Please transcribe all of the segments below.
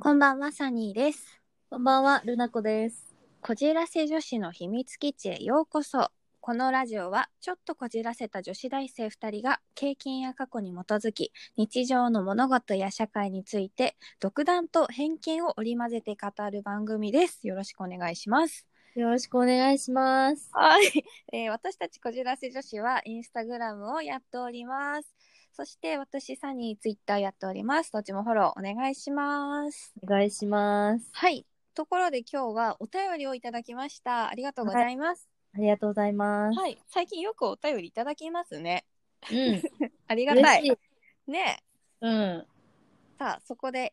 こんばんは、サニーです。こんばんは、ルナコです。こじらせ女子の秘密基地へようこそ。このラジオは、ちょっとこじらせた女子大生2人が、経験や過去に基づき、日常の物事や社会について、独断と偏見を織り交ぜて語る番組です。よろしくお願いします。よろしくお願いします。はい、えー私たちこじらせ女子はインスタグラムをやっております。そして私サニーツイッターやっております。どっちもフォローお願いします。お願いします。はい。ところで今日はお便りをいただきました。ありがとうございます。ありがとうございます。はい。最近よくお便りいただきますね。うん。ありがた嬉い。しい。ねえうん。さあ、そこで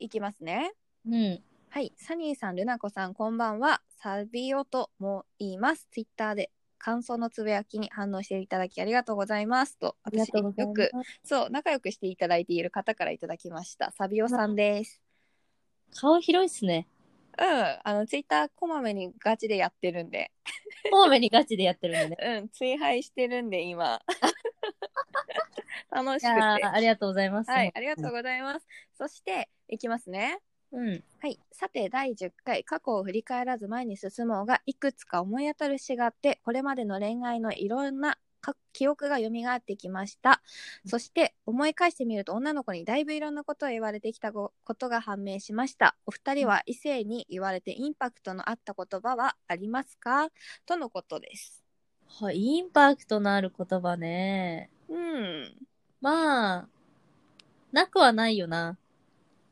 いきますね。うん。はい。サニーさん、ルナコさん、こんばんは。サビオとも言います。ツイッターで感想のつぶやきに反応していただきありがとうございます。と、ありが私とうごよざいくます。そう、仲良くしていただいている方からいただきました。サビオさんです。顔広いっすね。うん、あの、ツイッターこまめにガチでやってるんで、。多めにガチでやってるんでね うん、追敗してるんで、 今。楽しくて。いやーはありがとうございます。い、ありがとうございます。そして、いきますね。うん。はい、さて第10回「過去を振り返らず前に進もう」がいくつか思い当たる詩があってこれまでの恋愛のいろんなか記憶が蘇ってきましたそして思い返してみると女の子にだいぶいろんなことを言われてきたごことが判明しましたお二人は異性に言われてインパクトのあった言葉はありますかとのことですはい、インパクトのある言葉ね。うんまあ、なくはないよな。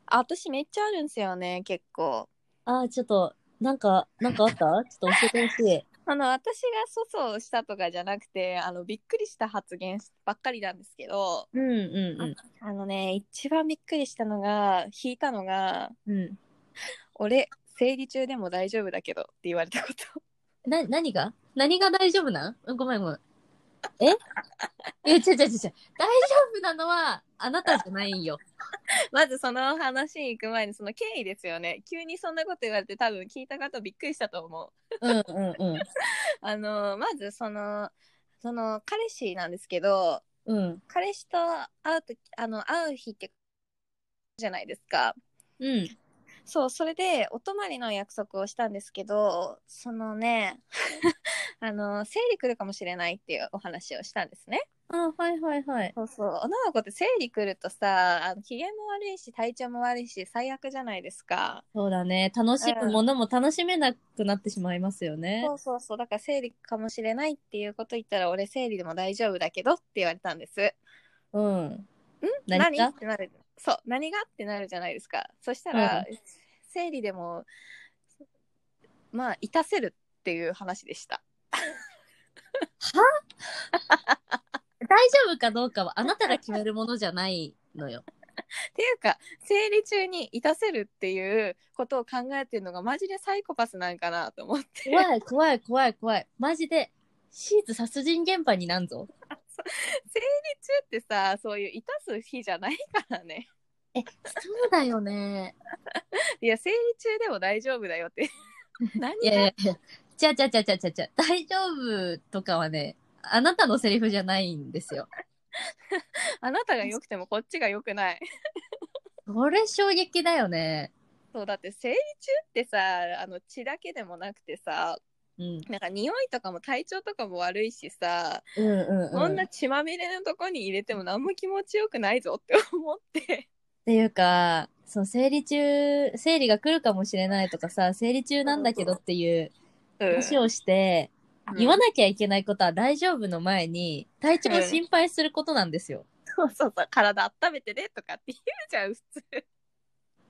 あ私めっちゃあるんですよね結構あー、ちょっと、なんか、なんかあったちょっと教えてほし い。あの私が粗相したとかじゃなくてあのびっくりした発言ばっかりなんですけどうんうんうんあのね、一番びっくりしたのが、引いたのが、。うん。俺、生理中でも大丈夫だけどって言われたこと。 な、何が何が大丈夫なんうんごめんごめん。ええ、違う違う違う違う。大丈夫なのは、あなたじゃないんよ。まずその話に行く前に、その経緯ですよね。急にそんなこと言われて、多分聞いた方びっくりしたと思う。うんうんあの、まずその、その、彼氏なんですけど、うん。うん。彼氏と会うとき、あの、会う日って、じゃないですか。うん。そう、それで、お泊まりの約束をしたんですけど、そのね、 あの、生理来るかもしれないっていうお話をしたんですね。あ、はいはいはい。そうそう女の子って生理来るとさあの機嫌も悪いし体調も悪いし最悪じゃないですか、そうだね。楽しうむんものも楽しめなくなってしまいますよねそ。うそうそうだから生理かもしれないっていうこと言ったら俺生理でも大丈夫だけどって言われたんですんうん。何何がってなるそう何がってなるじゃないですかそしたら、生理でもまあいたせるっていう話でした大丈夫かどうかは、あなたが決めるものじゃないのよ。っていうか生理中にいたせるっていうことを考えてるのがマジでサイコパスなんかなと思って怖い怖い怖い怖い。マジで、シーツ殺人現場になんぞ。 生理中ってさそういういたす日じゃないからねえ、そうだよね。いや生理中でも大丈夫だよって 何いやいやいや、ちゃちゃちゃちゃちゃちゃ、大丈夫とかはね、あなたのセリフじゃないんですよ。あなたが良くてもこっちが良くないこれ衝撃だよね。そうだって生理中ってさあの血だけでもなくてさうん。なんか匂いとかも体調とかも悪いしさ、うんうん、こうんん。なっ血まみれのとこに入れても何も気持ちよくないぞって思ってていうか、そう、生理中、生理が来るかもしれないとかさ、生理中なんだけどっていう話をして、言わないなきゃいけないことは大丈夫の前に、体調を心配することなんですよ。 そうそうそう体温めてねとかって言うじゃん普通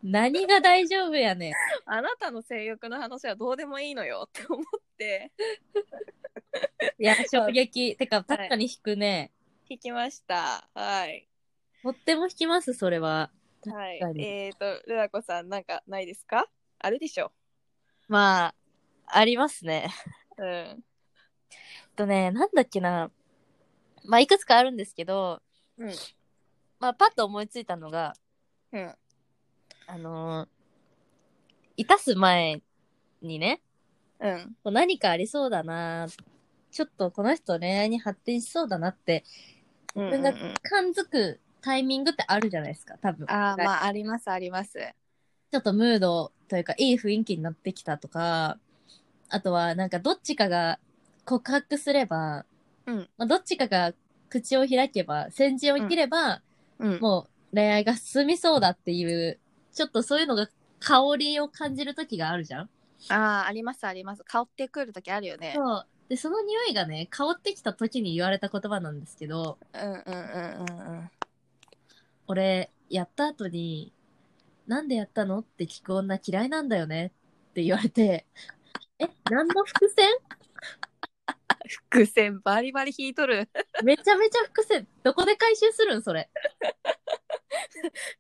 何が大丈夫やねん。あなたの性欲の話はどうでもいいのよって思っていや、衝撃。てか、確かに引くね。聞きましたはいとっても引きます、それは。はい確か。にえっ、と、ルナコさん、なんかないですかあるでしょ。まあ、ありますね。うん。えっとね、なんだっけな。まあ、いくつかあるんですけど、うんまあ、パッと思いついたのが、うん。あのー、いたす前にね、うん。こう何かありそうだな、ちょっとこの人恋愛に発展しそうだなって、うん自分が感づくタイミングってあるじゃないですか、多分。ああ、まあ、あります、あります。ちょっとムードというか、いい雰囲気になってきたとか、あとはなんかどっちかが告白すれば、うんまあ、どっちかが口を開けば、先陣を切れば、 うん。もう恋愛が進みそうだっていう、ちょっとそういうのが香りを感じる時があるじゃんああ、ありますあります。香ってくるときあるよね。そう。で、その匂いがね、香ってきた時に言われた言葉なんですけど、うんうんうんうんうん。俺、やった後に、なんでやったのって聞く女嫌いなんだよねって言われて、え、何の伏線伏線バリバリ引いとる。 めちゃめちゃ伏線。どこで回収するんそれ。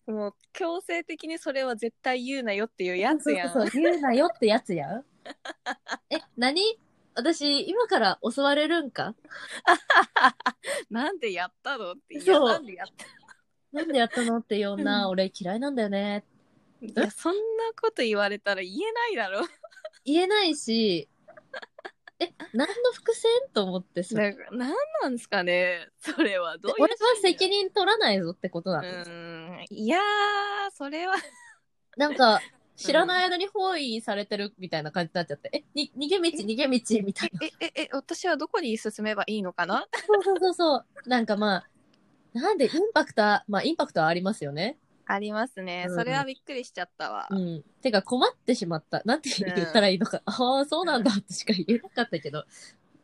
もう強制的にそれは絶対言うなよっていうやつやん。そうそうそう言うなよってやつやん。え、何私、今から襲われるんかなんでやったのっていやそうなんでやったなんでやったのっていう女、うん俺嫌いなんだよね。いやそんなこと言われたら言えないだろ。言えないし、え、何の伏線と思ってそなれんかなんなんですかねそれはどういう俺は責任取らないぞってことなうの、ーんいやーそれはなんか知らない間に包囲されてるみたいな感じになっちゃって、えに逃げ道逃げ道みたいな えええ私はどこに進めばいいのかなそうそうそうそうなんかまあなんでインパクトはまあインパクトはありますよねありますねうんそれはびっくりしちゃったわ、うんてか困ってしまったなんて言ったらいいのか、ああそうなんだってしか言えなかったけど、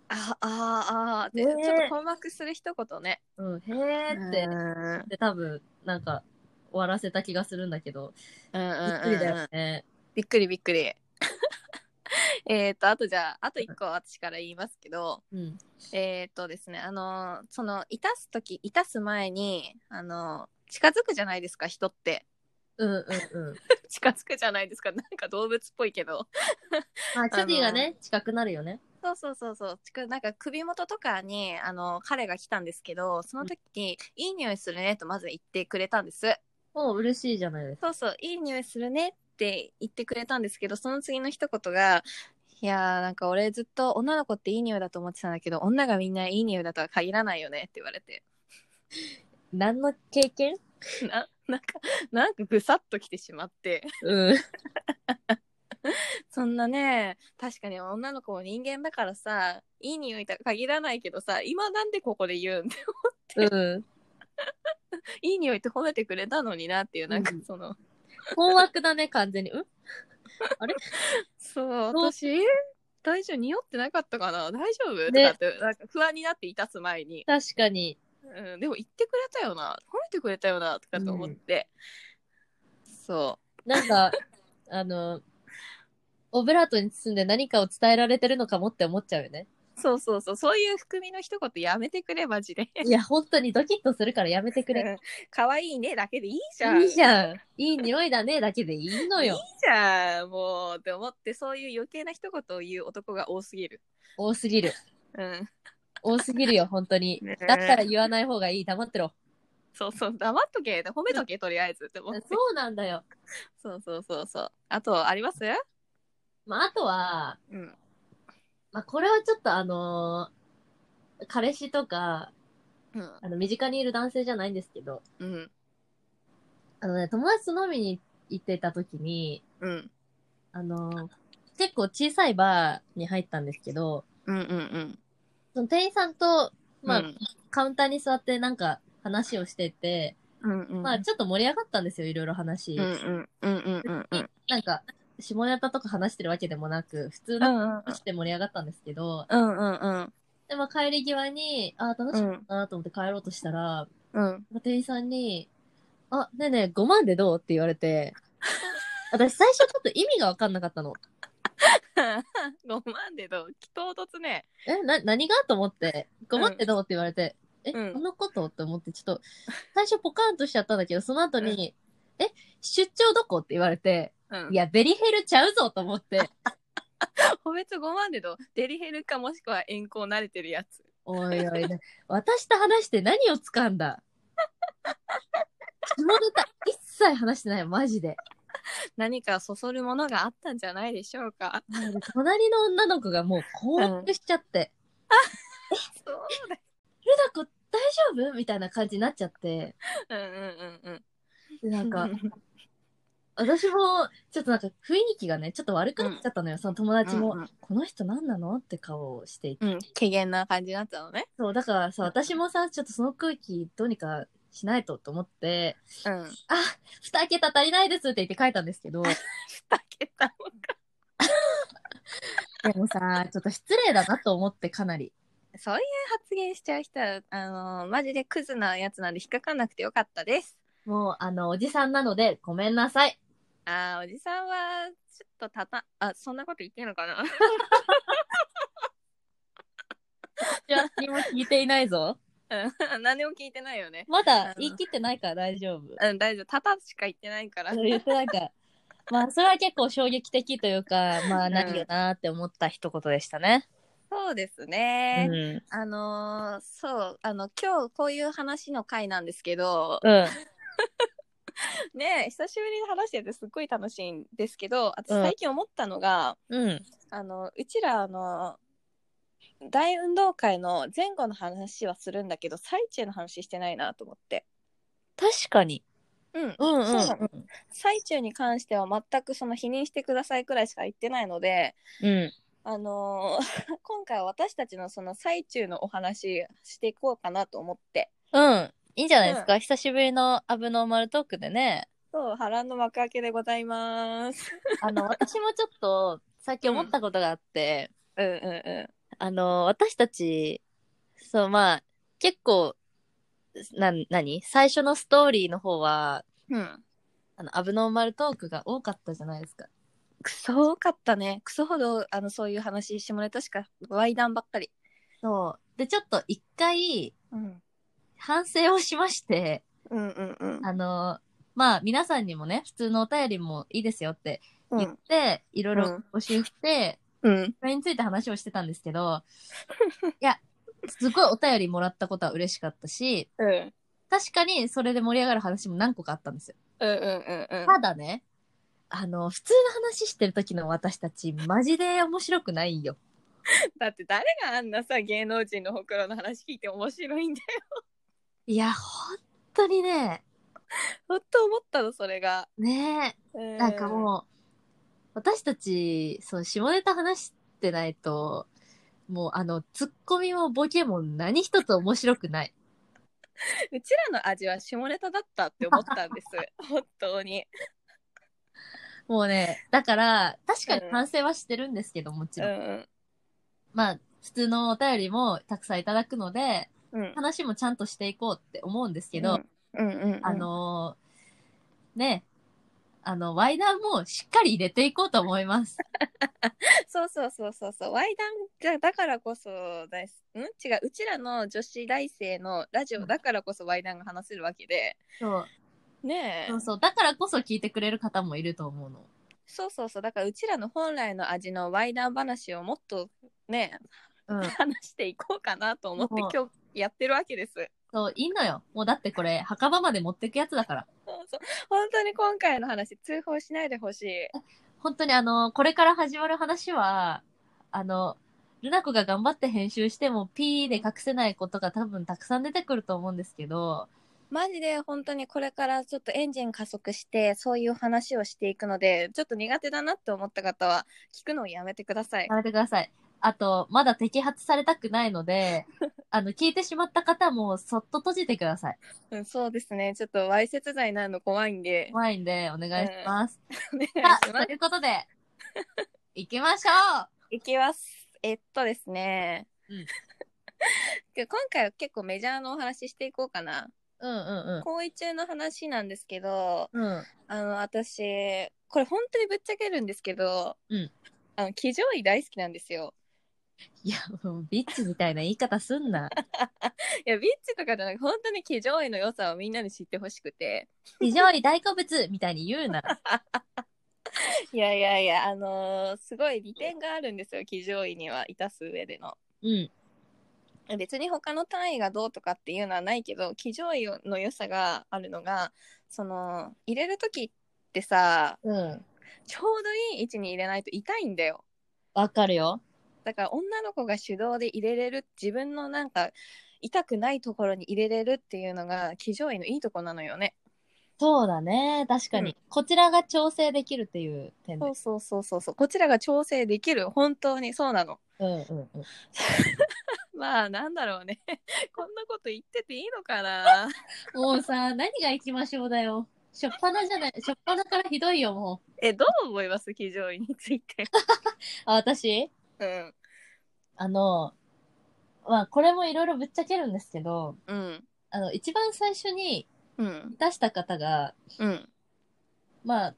ああーあーで、ねえちょっと困惑する一言ねうん、へえって、で多分なんか終わらせた気がするんだけどうんうんびっうくんりだうよんね、びっくりびっくり えっとあとじゃああと一個私から言いますけど、うん、えっ、とですね、あのーその、いたすとき、いたす前に、あのー近づくじゃないですか、人って。 うんうんうん近づくじゃないですか、なんか動物っぽいけど。 まあ距離がね近くなるよねそうそうそうそう。近なんか首元とかに、あのー彼が来たんですけど、その時に、いい匂いするねとまず言ってくれたんです。お嬉しいじゃないですかそうそう、いい匂いするねって言ってくれたんですけど、その次の一言が、いやーなんか俺ずっと女の子っていい匂いだと思ってたんだけど、女がみんないい匂いだとは限らないよねって言われて。何の経験 ななんか、なんかぐさっと来てしまって。 うん。そんなね、確かに女の子も人間だからさ、いい匂いとは限らないけどさ、今なんでここで言うんだ うん。いい匂いって褒めてくれたのになっていう、なんかうんその、困惑だね、完全に。うんあれそう、そう私、大丈夫、匂ってなかったかな大丈夫、ねとかって、なんか不安になっていたす前に、確かに。うん、でも言ってくれたよな、褒めてくれたよな、とかと思って、そなんか、 あの、オブラートに包んで何かを伝えられてるのかもって思っちゃうよね。う、そうそうそう、そういう含みの一言やめてくれ、マジで。 いや、本当にドキッとするからやめてくれ。可愛いね、だけでいいじゃん。いいじゃん。いい匂いだね、だけでいいのよ。じゃんもうって思ってそういう余計な一言を言う男が多すぎる。多すぎる。うん、多すぎるよ、本当にね。えだったら言わない方がいい。黙ってろ。そうそう黙っとけ褒めとけとりあえずって思そってうなんだよ。そうそうそうそうあとありますまあ、あとは、うんまあ、これはちょっとあのー彼氏とか、うんあの、身近にいる男性じゃないんですけど、うんあのね、友達と飲みに行ってた時に、うんあの、結構小さいバーに入ったんですけど、うんうんその店員さんと、まあ、うんカウンターに座ってなんか話をしてて、うんうんまあ、ちょっと盛り上がったんですよ、いろいろ話。うんうんうんうんうんうんなんか、下ネタとか話してるわけでもなく、普通うのん話で盛り上がったんですけど、うんうんで、まあ、帰り際に、あー楽しかったなと思って帰ろうとしたら、うん店員さんに、あ、ねえねえ、5万でどうって言われて、私最初ちょっと意味がわかんなかったの。 5万でどう唐突ねえ、な、何がと思って、ごまってどうって言われて、え、うんこのことって思って、ちょっと、最初ポカンとしちゃったんだけど、その後に、え、出張どこって言われて、うんいや、ベリヘルちゃうぞと思って、個別5万でどうデリヘルかもしくは遠行慣れてるやつおいおい、私と話して何を掴んだ下ネタ一切話してない、マジで。何かそそるものがあったんじゃないでしょうか隣の女の子がもう困惑しちゃって、そうルナ子大丈夫みたいな感じになっちゃって、だうんうんうんうんでなんか、私も、ちょっとなんか雰囲気がね、ちょっと悪くなっちゃったのよ。その友達も、この人何なのって顔をしていて。うん、機嫌な感じになったのね。そう、だからさ、私もさ、ちょっとその空気どうにかしないとと思って、うん。あ、二桁足りないですって言って書いたんですけ ど、で二桁ももさ、ちょっと失礼だなと思ってかなり。そういう発言しちゃう人は、あのーマジでクズなやつなんで引っかかんなくてよかったです。もう、あの、おじさんなので、ごめんなさい。あーおじさんは、ちょっとたた、あ、そんなこと言ってんのかな私は何も聞いていないぞ。うん 何も聞いてないよね。まだ言い切ってないから大丈夫。うん、大丈夫。たたしか言ってないから。言ってなんか、 まあ、それは結構衝撃的というか、まあ、何よなって思った一言でしたね。そうですうね。ん。あのーそう、あの、今日こういう話の回なんですけど、うん。ねえ久しぶりに話しててすっごい楽しいんですけど、私うん最近思ったのが、うん。あの、うちら、あの、大運動会の前後の話はするんだけど、最中の話してないなと思って。確かに。うん。うんうんそうなの最中に関しては全くその否認してくださいくらいしか言ってないので、うん。あの ー今回は私たちのその最中のお話していこうかなと思って。うん。いいんじゃないですか、久しぶりのアブノーマルトークでね。そう、波乱の幕開けでございます。あの、私もちょっと、最近思ったことがあって、うんうんうあの、私たち、そう、まあ、結構、な、なに最初のストーリーの方は、ん。うん。あの、アブノーマルトークが多かったじゃないですか。クソ多かったね。クソほど、あの、そういう話してもらえたしか、ワイダンばっかり。そう。で、ちょっと一回、うん。反省をしまして、うんうんうん。あの、まあ、皆さんにもね、普通のお便りもいいですよってう言っん。て、いろいろうん募集して、うん。それについて話をしてたんですけど、いや、すごいお便りもらったことは嬉しかったし、うん。確かにそれで盛り上がる話も何個かあったんですよ。うんうんうんうん。ただね、あの、普通の話してる時の私たち、マジで面白くないよ。だって誰があんなさ芸能人のほくろの話聞いて面白いんだ よ。いや、本当にね、ほんと思ったのそれが。ねえ、ななんかもう、私たち、そう、下ネタ話してないと、もうあの、ツッコミもボケも何一つ面白くない。うちらの味は下ネタだったって思ったん です本当に。もうね、だから、確かにうん反省はしてるんですけど、もちうんろん。うんまあ、普通のお便りもたくさんいただくので、うん。話もちゃんとしていこうって思うんですけど、うんうんうんあのーね、あの、ワイダーもしっかり入れていこうと思います。そうそうそうそうそうワイダンじゃだからこそだすん違ううちらの女子大生のラジオだからこそワイダンが話せるわけでそう。ねえそうそう。だからこそ聞いてくれる方もいると思うの。そうそうそうだからうちらの本来の味のワイダン話をもっとねう ん。話していこうかなと思ってもう今日やってるわけです。そう、いいのよ。もうだってこれ、墓場まで持ってくやつだから。そうそう本当に今回の話通報しないでほしい。本当にあの、これから始まる話は、あの、ルナ子が頑張って編集しても、ピーで隠せないことが多分たくさん出てくると思うんですけど、マジで本当にこれからちょっとエンジン加速してそういう話をしていくのでちょっと苦手だなって思った方は聞くのをやめてください。やめてください。あと、まだ摘発されたくない ので、あの、聞いてしまった方も、そっと閉じてください。うん、そうですねちょっとわいせつ罪になるの怖いんで怖いんで、お願いします。お願いしさま あ、すと。いうことで、行きましょいきます。えっとですね。うん今回は結構メジャーのお話ししていこうかな。ううんうん行為中の話なんですけど、うん。うん。あの私これ本当にぶっちゃけるんですけど、うんあの騎乗位大好きなんですよ。 いや、もうビッチみたいな言い方すんな。いやビッチとかじゃなく本当に騎乗位の良さをみんなに知ってほしくて非常に大好物みたいに言うな。いやいやいやあのーすごい利点があるんですよ騎乗位には致す上での。うん。別に他の単位がどうとかっていうのはないけど騎乗位の良さがあるのがその入れる時ってさうん。ちょうどいい位置に入れないと痛いんだよ。わかるよ。だから女の子が手動で入れれる自分のなんか痛くないところに入れれるっていうのが騎乗位のいいとこなのよね。そうだね。確かに、うこちらが調整できるっていう点そうです。そうそうそうそう。こちらが調整できる。本当にそうなの。うんうんうん。まあ、なんだろうね。 こんなこと言ってていいのかな。もうさ、何が行きましょうだよ。しょっぱなじゃない、しょっぱなからひどいよ、もう。 え、どう思います非常位について。あ、私うん。あの、まあ、これもいろいろぶっちゃけるんですけど、うん。あの、一番最初にうん。出した方が、うん。まあ、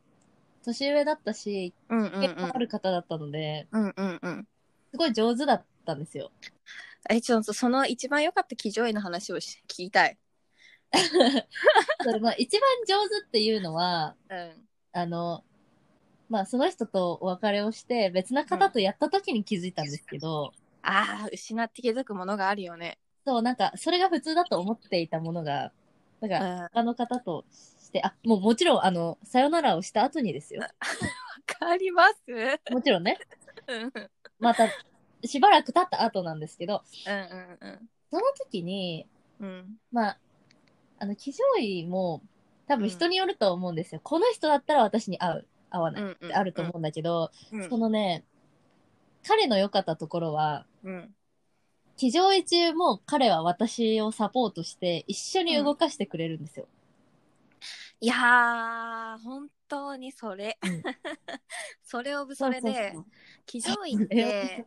年上だったし、うん。うん。結構ある方だったので、うん。うん。うん。すごい上手だったんですよ。え、ちょっとその一番良かった騎乗位の話をし聞きたい。それまあ、一番上手っていうのは、うん。あの、まあ、その人とお別れをして、別な方とやった時に気づいたんですけど、ああ、失って気づくものがあるよね。そう、なんか、それが普通だと思っていたものが、なんうか、わ他の方として、あ、もうもちろん、あの、さよならをした後にですよ。かります。もちろんね、うん。うん。また、しばらく経った後なんですけど、うん。うん。その時に、うん。まあ、あの、騎乗位も、多分人によると思うんですよ。この人だったら私に合う、合わないっうん。てあると思うんだけど、うん。そのね、彼の良かったところは、うん。騎乗位中も彼は私をサポートして一緒に動かしてくれるんですよ。いやー、本当にそれうん。それオブそれで、そう騎乗位っそれて、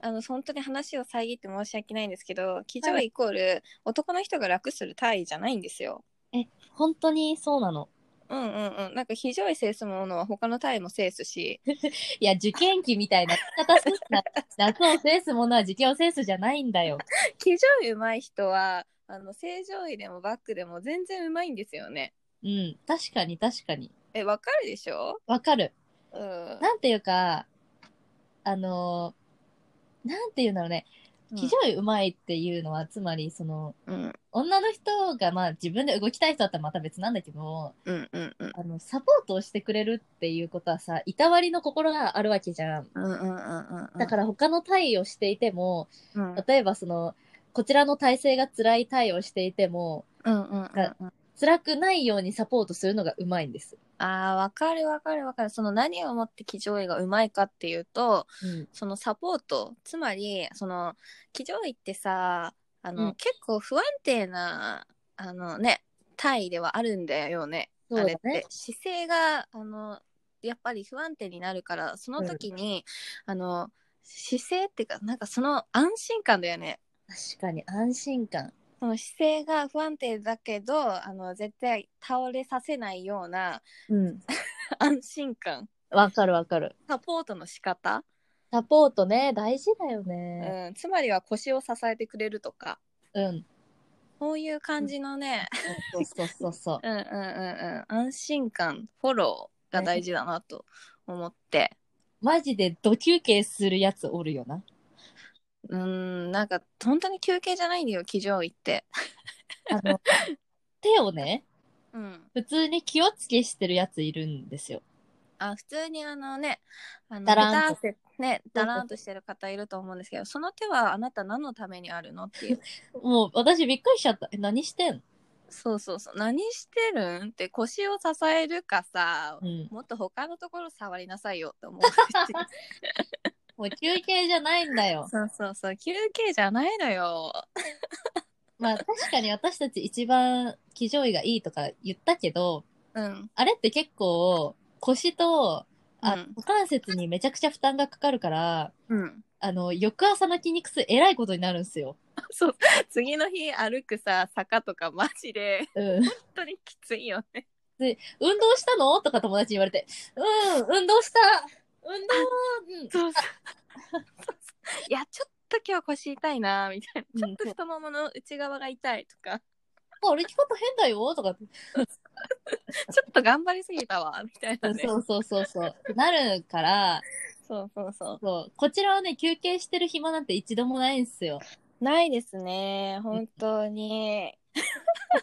あの、本当に話を遮って申し訳ないんですけど、騎乗位イコール、男の人が楽する体位じゃないんですよ。本当にそうなの。うんうんうん。なんか、非常位制すものは他の体位も制すし、いや、受験期みたいな言い方すんな。夏を制すものは受験を制すじゃないんだよ。騎乗位上手い人は、あの、正常位でもバックでも全然上手いんですよね。うん、確かに確かに。え、わかるでしょわかる。うん。なんていうか、あのーなんていうんだろうね。騎乗位うまいっていうのは、つまり、その、うん女の人が、まあ、自分で動きたい人だったらまた別なんだけど、うんうんうん。あの、サポートをしてくれるっていうことはさ、いたわりの心があるわけじゃん。うんうんうんうんうん。だから他の対応をしていても、うん、うん例えばその、こちらの体勢が辛い対応をしていても、うんうんうん。辛くないようにサポートするのがうまいんです。ああ、わかるわかるわかる。その何をもって騎乗位がうまいかっていうと、うん。そのサポート、つまり、その、騎乗位ってさ、あの、うん結構不安定な、あのね、体位ではあるんだよね。そうだねあれって姿勢が、あの、やっぱり不安定になるから、その時に、あの、姿勢っていうか、なんかその安心感だよね。確かに安心感。その姿勢が不安定だけど、あの、絶対倒れさせないようなうん。 安心感。わかるわかる。サポートの仕方、サポートね、大事だよね。うん、つまりは腰を支えてくれるとかうん。そういう感じのね、そうそうそうそう。うん、うんうんうん安心感フォローが大事だなと思って、マジでド休憩するやつおるよな。うんなんか本当に休憩じゃないんだよ騎乗位って、あの、 手をね、うん、普通に気をつけしてるやついるんですよ。あ普通にあのねあのだらんベターってねだらんとしてる方いると思うんですけどその手はあなた何のためにあるのっていうもう私びっくりしちゃった。え、何してんそうそうそう何してるんって腰を支えるかさうん。もっと他のところ触りなさいよって思う しもう休憩じゃないんだよ。そうそうそう休憩じゃないのよ。まあ確かに私たち一番騎乗位がいいとか言ったけど、うん。あれって結構腰と、あ、うん股関節にめちゃくちゃ負担がかかるから、うん。あの、翌朝の筋肉痛えらいことになるんすよ。そう。次の日歩くさ、坂とかマジで、うん。本当にきついよね。運動したのとか友達に言われて、うん、運動した運動うんそう いや、ちょっと今日腰痛いな、みたいな。ちょっと太ももの内側が痛いとか、あ歩き方変だよとかって、ちょっと頑張りすぎたわ、みたいなね。そうそうそうそう。なるから、そうそうそそう、こちらはね、休憩してる暇なんて一度もないんすよ。う。ないですね、本当に。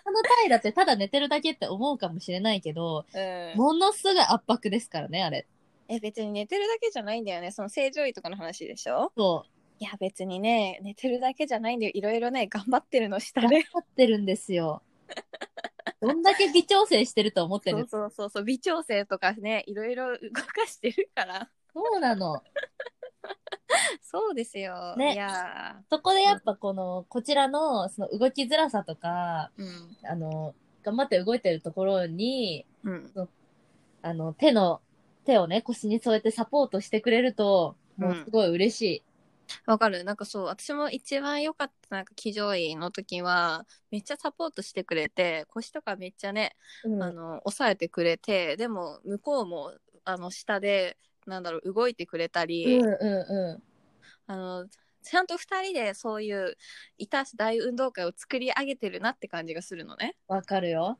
他の体だってただ寝てるだけって思うかもしれないけど、うん。ものすごい圧迫ですからね、あれ。え、別に寝てるだけじゃないんだよね。その正常位とかの話でしょそいや、別にね、寝てるだけじゃないんだよ。いろいろね、頑張ってるのう。下頑で。張ってるんですよ。どんだけ微調整してると思っ てそうるそうそうそう微調整とかねいろいろ動かしてるからそうなの。そうですよ、ねいやそこでやっぱこの、こちらの、その動きづらさとか、ーうんあの、頑張って動いてるところに、うんあの、手の、手をね、腰に添えてサポートしてくれると、もうすごい嬉しい。わかるなんかそう私も一番良かったなんか騎乗位の時はめっちゃサポートしてくれて腰とかめっちゃねうんあの抑えてくれてでも向こうもあの下でなんだろう動いてくれたり、うんうあのちゃんと2人でそういういたし大運動会を作り上げてるなって感じがするのね。ん。わかるよ。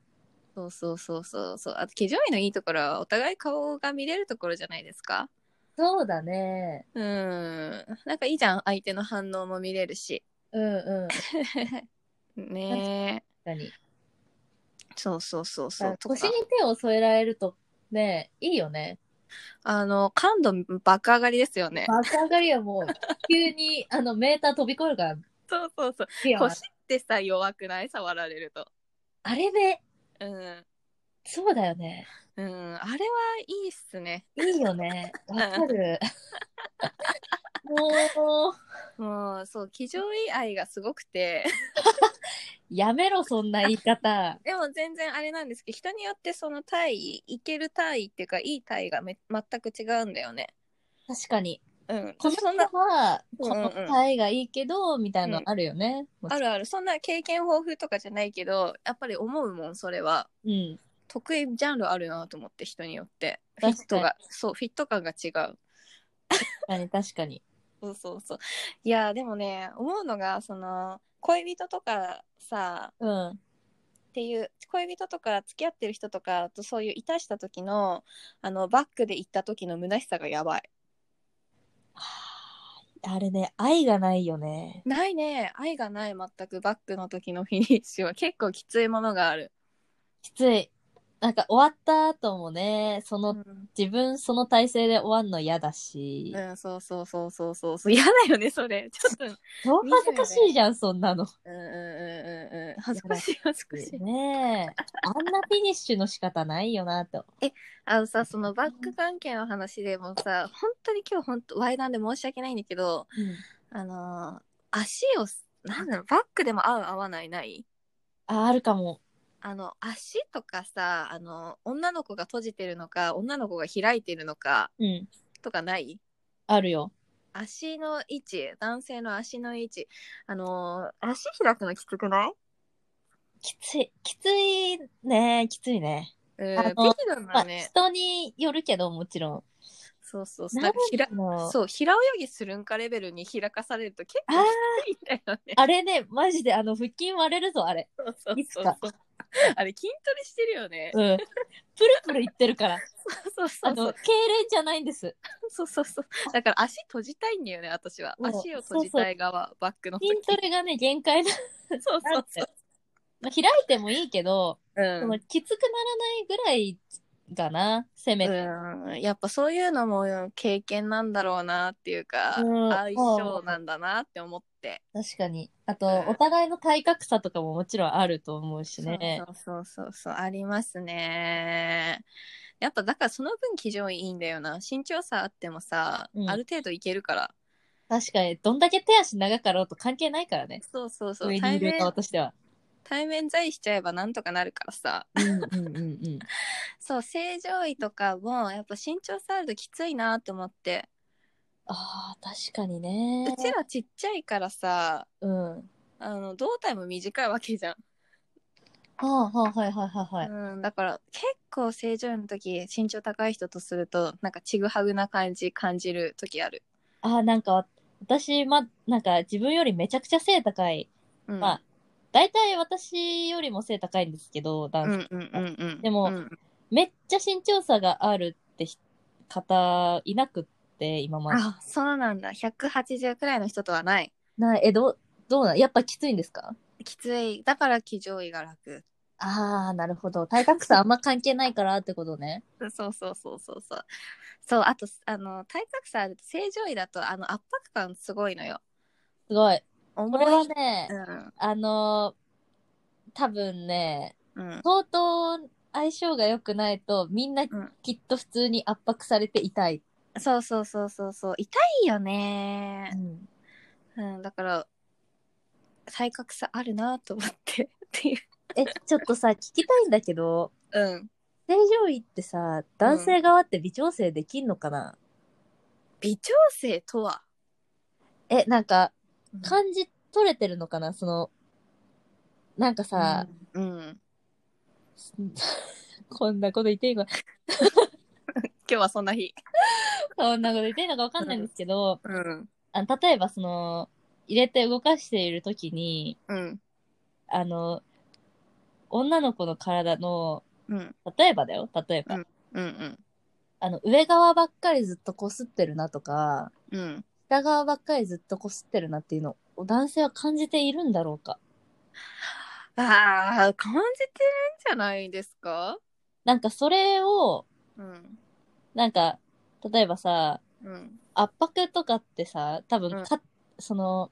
そうそうそうそうそうあと騎乗位のいいところはお互い顔が見れるところじゃないですかそうだね。うんなんかいいじゃん相手の反応も見れる しうんうん。確ねえかに。そうそうそうそうとか腰に手を添えられると、ね、いいよね。あの感度爆上がりですよねバカ上がり はもう、急に、あの、メーター飛び越えるから、そうそうそうピア腰ってさ弱くない触られるとあれね、うんそうだよね。うん、あれはいいっすね。いいよね。わかる。もう、もう、そう、騎乗位愛がすごくて、やめろ、そんな言い方。でも全然あれなんですけど、人によってその体位、いける体位っていうか、いい体位がめ全く違うんだよね。確かに。うん。こその人んな、は、うんこうんうんの体がいいけど、みたいなのあるよね。あるある、そんな経験豊富とかじゃないけど、やっぱり思うもん、それは。うん。得意ジャンルあるなと思って、人によって。フィ確かにットが、そう、フィット感が違う。確かに、確かに。そうそうそう。いや、でもね、思うのが、その、恋人とかさ、うん。っていう恋人とか付き合ってる人とかとそういういたした時のあのバックで行った時の虚しさがやばいあれね、愛がないよね。ないね愛がない全くバックの時のフィニッシュは結構きついものがある、きつい。なんか終わった後もね、そうの、ん自分その体勢で終わんの嫌だし、うんそうそうそうそうそうそう嫌だよねそ れちょっとうん超恥ずかしいじゃん、そんなの。うんうんうんうん恥ずかしい恥ずかしいねえ。あんなフィニッシュの仕方ないよな、と。あのさそのバック関係の話でもさ本当に今日本当ワイダンで申し訳ないんだけどあのー足をなんだろうバックでも合う合わないないあ、あるかも。あの足とかさあの女の子が閉じてるのか女の子が開いてるのかうん。とかないあるよ。足の位置男性の足の位置あのー足開くのきつくないきつい。きついね、きついね。うんあの適度まなあ、ね人によるけど、もちろそうそうそん。うなんかひらなんだろうそう平泳ぎするんかレベルに開かされると結構あきついんだよねあれね、マジで、あの、腹筋割れるぞ、あれ。そうそういつそうかそうあれ筋トレしてるよね、うん。プルプルいってるから。そうそあうその、痙う攣じゃないんです。そうそうそうだから足閉じたいんだよね私はもう足を閉じたい側バックの時筋トレがね、限界な。そうそうそうまあ、開いてもいいけど、うんそのきつくならないぐらいがな、せめて。うん、やっぱそういうのも経験なんだろうなっていうか、うん相性なんだなって思って、確かに。あと、うんお互いの体格差とかももちろんあると思うしね。そうそうそうそうそうありますねやっぱだからその分騎乗位いいんだよな身長差あってもさ、うんある程度いけるから確かに、どんだけ手足長かろうと関係ないからね。そうそうそう上にい対る面側としては。対面在しちゃえばなんとかなるからさうんうんう んうん。そう正常位とかもやっぱ身長差あるときついなと思って、ああ、確かにねう。ちらちっちゃいからさうん。はあの胴体も短いわけじゃんあ、はあ、はいはいはいはい。うん、だから結構正常の時身長高い人とするとなんかちぐはぐな感じ感じる時ある、ああ、なんか、私、ま、なんか自分よりめちゃくちゃ背高い。うん、まあ、大体私よりも背高いんですけど、男う性んうんうんうんでもうんめっちゃ身長差があるってひ方いなくって、今まで。あそうなんだ180くらいの人とはないない、え、どう、どうなんやっぱきついんですかきついだから騎乗位が楽ああ、なるほど。体格差あんま関係ないからってことね。そうそうそうそうそうそうあとあの体格差あると正常位だとあの圧迫感すごいのよすごい。こ重、れはいね、うん、あのー多分ね、うん。相当相性が良くないと、みんなうんきっと普通に圧迫されて痛い。そうそうそうそうそう。痛いよね。ん。うん、だから、体格差あるなと思って。っていう。え、ちょっとさ、聞きたいんだけど、うん。正常位ってさ、男性側って微調整できんのかな、微調整とはえ、なんか、うん感じ取れてるのかなその、なんかさ、うん。 こんなこと言っていいのか、今日はそんな日。こんなこと言っていいのかわかんないんですけど、うん。あの例えばその、入れて動かしているときに、うん。あの、女の子の体の、うん。例えばだよ、例えば。うん。あの、上側ばっかりずっとこすってるなとか、うん。下側ばっかりずっとこすってるなっていうのを男性は感じているんだろうか。ああ、感じてるんじゃないですかなんかそれを、うん。なんか、例えばさ、うん。圧迫とかってさ、多分か、その、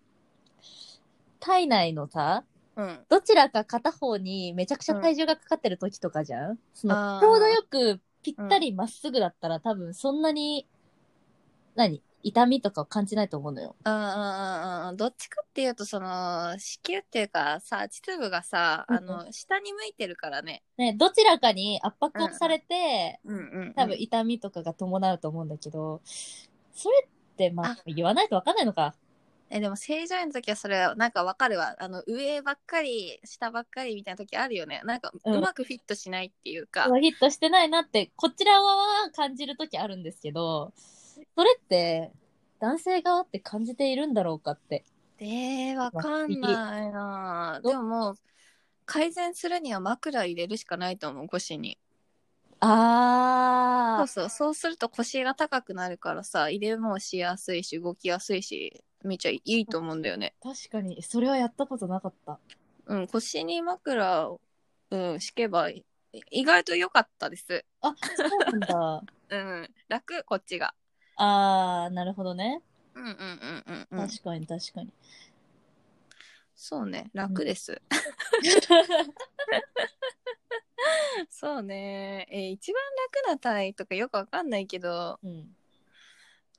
体内のさ、うん。どちらか片方にめちゃくちゃ体重がかかってる時とかじゃん、そあーの、ちょうどよくぴったりまっすぐだったら、多分そんなに、何痛みとかを感じないと思うのよ。うんうんうんうんうんどっちかっていうとその子宮っていうかさ秩父がさうんあの下に向いてるからねね、どちらかに圧迫をされて、うんうん多分痛みとかが伴うと思うんだけど、それってまああ言わないとわかんないのか。えでも正常位の時はそれなんかわかるわあの上ばっかり下ばっかりみたいな時あるよねなんかうんうまくフィットしないっていうか、ヒットしてないなって、こちらは感じるときあるんですけど、それって男性側って感じているんだろうかって。えー、わかんないなどでももう改善するには枕入れるしかないと思う腰にそあうそうそうすると腰が高くなるからさ入れもしやすいし動きやすいしめっちゃいいと思うんだよねー、確かに、それはやったことなかった。うん、腰に枕を、うん、敷けばいい意外と良かったです。あ、そうな んだ。うん、楽、こっちが。あー、なるほどね。うんうんうんうんうん。確かに、確かに。そうね、楽 です。そうね、えー一番楽な体位とかよくわかんないけど、うん。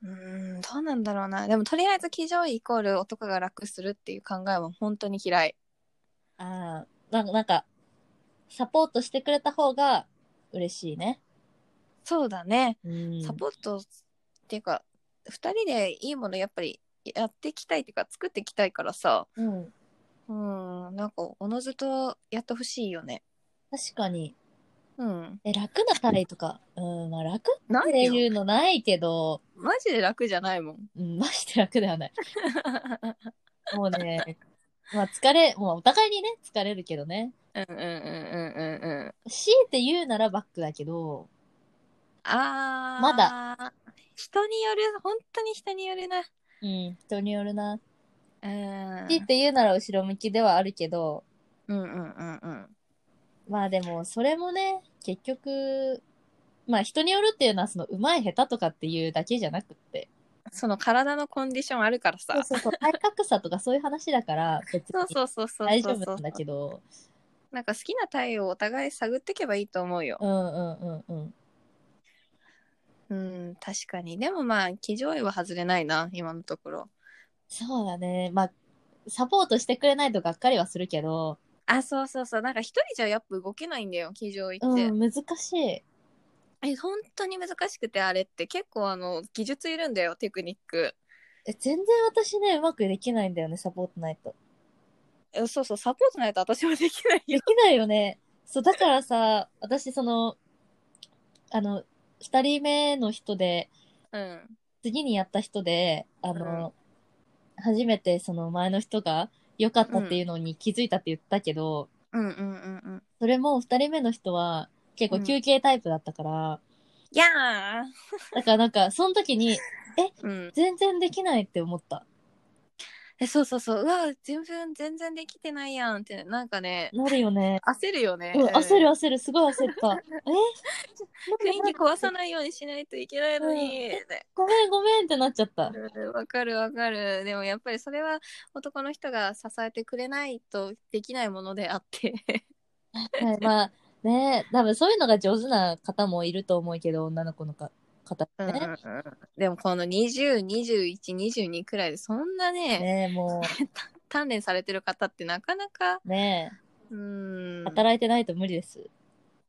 うーん、どうなんだろうな。でもとりあえず騎乗位イコール男が楽するっていう考えは本当に嫌い。あー、なんか、なんか、サポートしてくれた方が嬉しいね。そうだね。うんサポートっていうか、二人でいいものやっぱりやっていきたいっていうか、作っていきたいからさ。うん。うん、なんかおのずとやってほしいよね。確かに。うん。え、楽な体とか、うん、まあ楽っなてんよいうのないけど、マジで楽じゃないもん。 うん、まして楽ではない。もうね、 まあ疲れ、もうお互いにね、疲れるけどね。うんうんうんうんうんうん。強いて言うならバックだけど、あー。まだ。人による、本当に人によるな。うん、人によるな。うん。強いて言うなら後ろ向きではあるけど、うんうんうんうん。まあでもそれもね、結局、まあ人によるっていうのはその上手い下手とかっていうだけじゃなくって、その体のコンディションあるからさそう。そうそう、体格差とかそういう話だから、別にそうそうそうそう。大丈夫なんだけど、なんか好きな体をお互い探っていけばいいと思うよう。んうんうんうん。うん、確かに。でもまあ、騎乗位は外れないな、今のところ。そうだね、まあ、サポートしてくれないとがっかりはするけど、あ、そうそうそう。なんか一人じゃやっぱ動けないんだよ、騎乗位って。うん、難しい。え本当に難しくてあれって結構あの技術いるんだよテクニックえ全然私ね、うまくできないんだよね、サポートないと。えそうそうサポートないと私もできないでよきないよね。そう、だからさ、私、その、あの、二人目の人で、うん次にやった人で、あの、初めてその前の人が良かったっていうのに気づいたって言ったけど、うんうんうんうんそれも二人目の人は結構休憩タイプだったから、いやだからなんか、その時に、ーうん全然できないって思った。えそうそうそううわ全然全然できてないやんってなんかねなるよね。焦るよね、うん、焦るうん焦る、すごい 焦った。え雰囲気壊さないようにしないといけないのにごめんごめんってなっちゃった。うんわかるわかるでもやっぱりそれは男の人が支えてくれないとできないものであってはい、まあね、多分そういうのが上手な方もいると思うけど、女の子のか方うんうんうね。んでもこの202122くらいでそんなねねも鍛錬されてる方ってなかなかう、ねうん働いてないと無理です。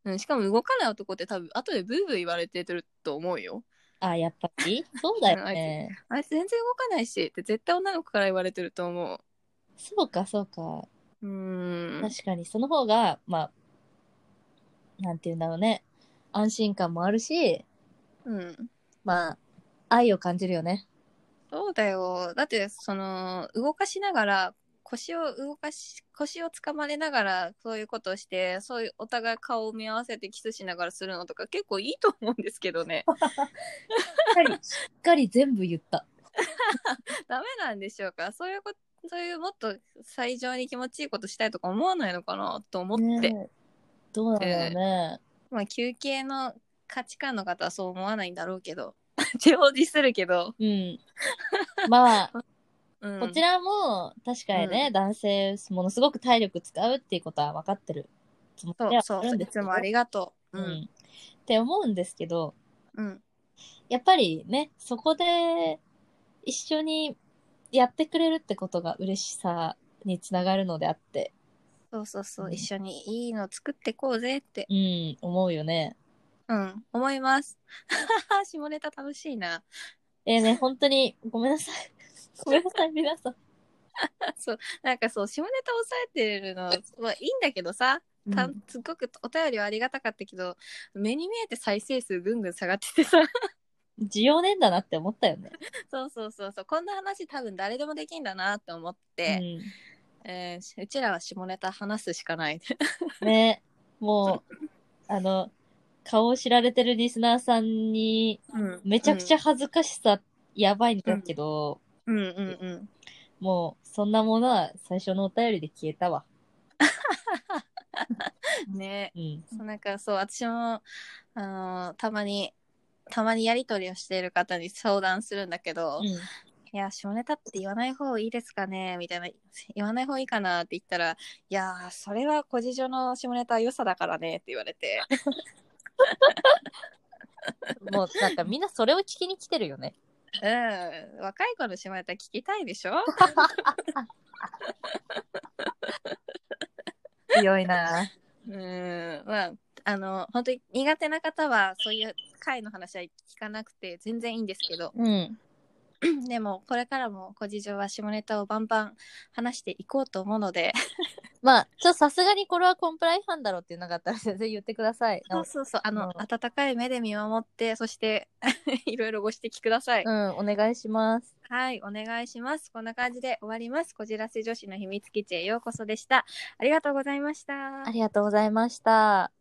うんしかも動かない男って多分後でブーブー言われてると思うよあ、やっぱ りそうだよね。あいつ全然動かないしって絶対女の子から言われてると思そうか、そうか。ううん確かに、その方が、まあ、なんて言うんだろうね。安心感もあるし、うんまあ、愛を感じるよね。そうだよ。だって、その、動かしながら、腰を動かし、腰をつかまれながら、そういうことをして、そういう、お互い顔を見合わせてキスしながらするのとか、結構いいと思うんですけどね。しっ かり、しっかり全部言った。ダメなんでしょうかそういうこと、そういう、もっと最上に気持ちいいことしたいとか思わないのかなと思って。ねどうなんだろうね。まあ、休憩の価値観の方はそう思わないんだろうけど。 手応じするけど。うん。まあ、 うん、こちらも確かにね、男性ものすごく体力使うっていうことは分かってるつもりでそうそはあるう。んでいすけつどもありがとう。ううんん。って思うんですけどうん。やっぱりねそこで一緒にやってくれるってことが嬉しさにつながるのであってそうそうそう。うん一緒にいいの作ってこうぜって。うん思うよね。うん、思います。 下ネタ楽しいな。えーね本当にごめんなさい ごめんなさい皆さん。そう、なんかそう、下ネタ抑えてるの、まあ、いいんだけどさ、たうんすっごくお便りはありがたかったけど、目に見えて再生数ぐんぐん下がっててさ、 需要ねえんだなって思ったよね。そうそうそうそう、こんな話多分誰でもできんだなって思っうて、ん、えーしうちらは下ネタ話すしかない。ねもうあの顔を知られてるリスナーさんにうんめちゃくちゃゃ、恥ずかしさやばいんだけど、うん、うんうんうんもうそんなものは最初のお便りで消えたわ。ねうん。そうなんかそう、私も、あのーたまに、たまにやりとりをしている方に相談するんだけど、いや、下ネタって言わない方がいいですかねみたいな、言わない方がいいかなって言ったら、いやー、それは個人情の下ネタは良さだからねって言われて、もうなんかみんなそれを聞きに来てるよね。うん、若い子の下ネタ聞きたいでしょ強いなうん、まあ、あの、本当に苦手な方は、そういう回の話は聞かなくて全然いいんですけど、うん。でも、これからも個人情は下ネタをバンバン話していこうと思うので、まあ、ちょっとさすがにこれはコンプラ違反だろうっていうのがあったら全然言ってください。そうそうそう、あの、うん温かい目で見守って、そして、 いろいろご指摘ください。うん、お願いします。はい、お願いします。こんな感じで終わります。こじらせ女子の秘密基地へようこそでした。ありがとうございました。ありがとうございました。